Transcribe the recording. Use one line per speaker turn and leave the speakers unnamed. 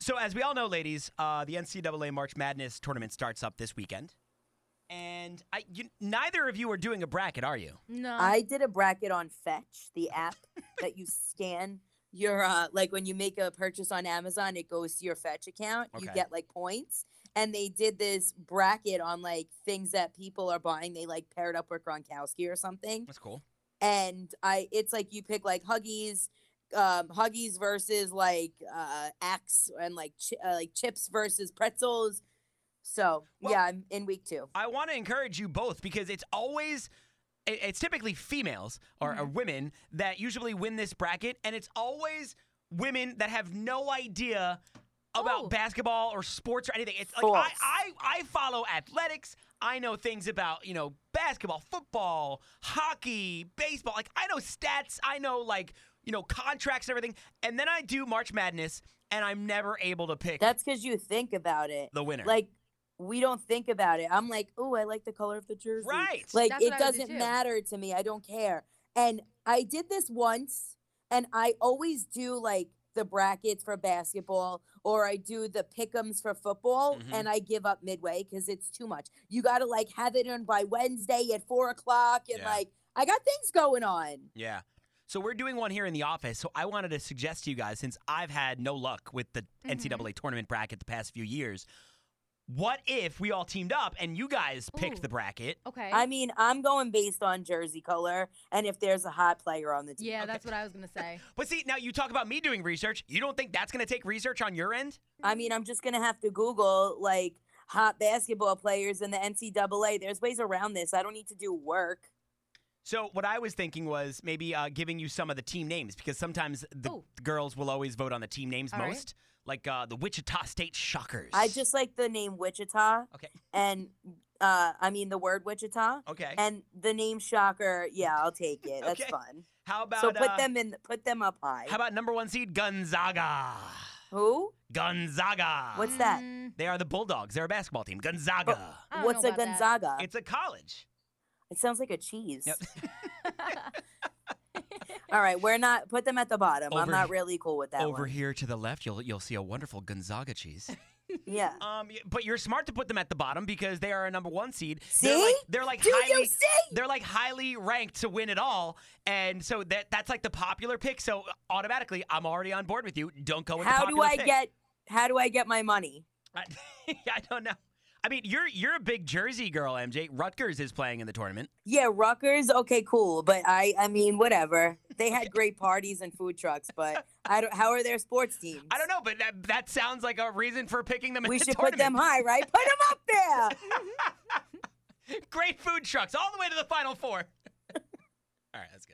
So, as we all know, ladies, uh, the NCAA March Madness tournament starts up this weekend, and I, you, neither of you are doing a bracket, are you?
No.
I did a bracket on Fetch, the app that you scan your uh like when you make a purchase on Amazon, it goes to your Fetch account. You
Okay.
get like points. And they did this bracket on like things that people are buying. They like paired up with Gronkowski or something.
That's cool.
And I it's like you pick like Huggies, um, Huggies versus like uh Axe and like chi- uh, like chips versus pretzels. So
Well-
yeah, I'm in week two.
I want to encourage you both because it's always. it- It's typically females or,
Mm-hmm.
or women that usually win this bracket, and it's always women that have no idea about
Oh.
basketball or sports or anything. It's like I,
False.
I, I follow athletics. I know things about you know basketball, football, hockey, baseball. Like I know stats. I know like you know contracts and everything. And then I do March Madness, and I'm never able to pick
That's because you think about it.
the winner.
Like we don't think about it. I'm like, oh, I like the color of the jersey.
right?
Like
That's
it
what I would do
doesn't
too.
matter to me. I don't care. And I did this once, and I always do like the brackets for basketball, or I do the pickums for football,
Mhm.
and I give up midway because it's too much. You got to like have it in by Wednesday at four o'clock, and
Yeah.
like I got things going on.
Yeah. So we're doing one here in the office. So I wanted to suggest to you guys, since I've had no luck with the
Mhm.
NCAA tournament bracket the past few years, what if we all teamed up and you guys picked
Ooh.
the bracket?
okay.
I mean, I'm going based on jersey color, and if there's a hot player on the team.
yeah,
okay.
that's what I was gonna say.
But see, now you talk about me doing research. You don't think that's going to take research on your end?
I mean, I'm just gonna have to Google like hot basketball players in the NCAA. There's ways around this. I don't need to do work.
So what I was thinking was maybe uh, giving you some of the team names because sometimes the
Ooh.
girls will always vote on the team names
All right.
most, like uh, the Wichita State Shockers.
I just like the name Wichita.
Okay.
And uh, I mean the word Wichita
okay.
and the name Shocker. Yeah, I'll take it. That's
Okay.
fun.
How about
so put
uh,
them in. Put them up high.
How about number one seed Gonzaga?
Who?
Gonzaga.
What's that?
Mm,
They are the Bulldogs. They're a basketball team. Gonzaga.
I don't
What's
know
a
about that.
Gonzaga?
It's a college.
It sounds like a cheese.
Yep.
All right, we're not. Put them at the bottom. I'm
Over
not
he-
really cool with that
Over
one.
here to the left, you'll you'll see a wonderful Gonzaga cheese.
Yeah.
um, y- but you're smart to put them at the bottom because they are a number one seed. They're
See?
like, they're like
Do
highly
you see?
they're like highly ranked to win it all, and so that that's like the popular pick. So automatically, I'm already on board with you. Don't go Oh, with the
How do
popular
I
pick.
get? How do I get my money?
I, I don't know. I mean, you're you're a big Jersey girl, MJ. Rutgers is playing in the tournament.
Yeah, Rutgers. Okay, cool. But I, I mean, whatever. They had great parties and food trucks, but I don't. How are their sports teams?
I don't know, but that that sounds like a reason for picking them. in
We
the
should put
tournament.
them high, right? Put them up there.
Great food trucks all the way to the final four. all right, let's go.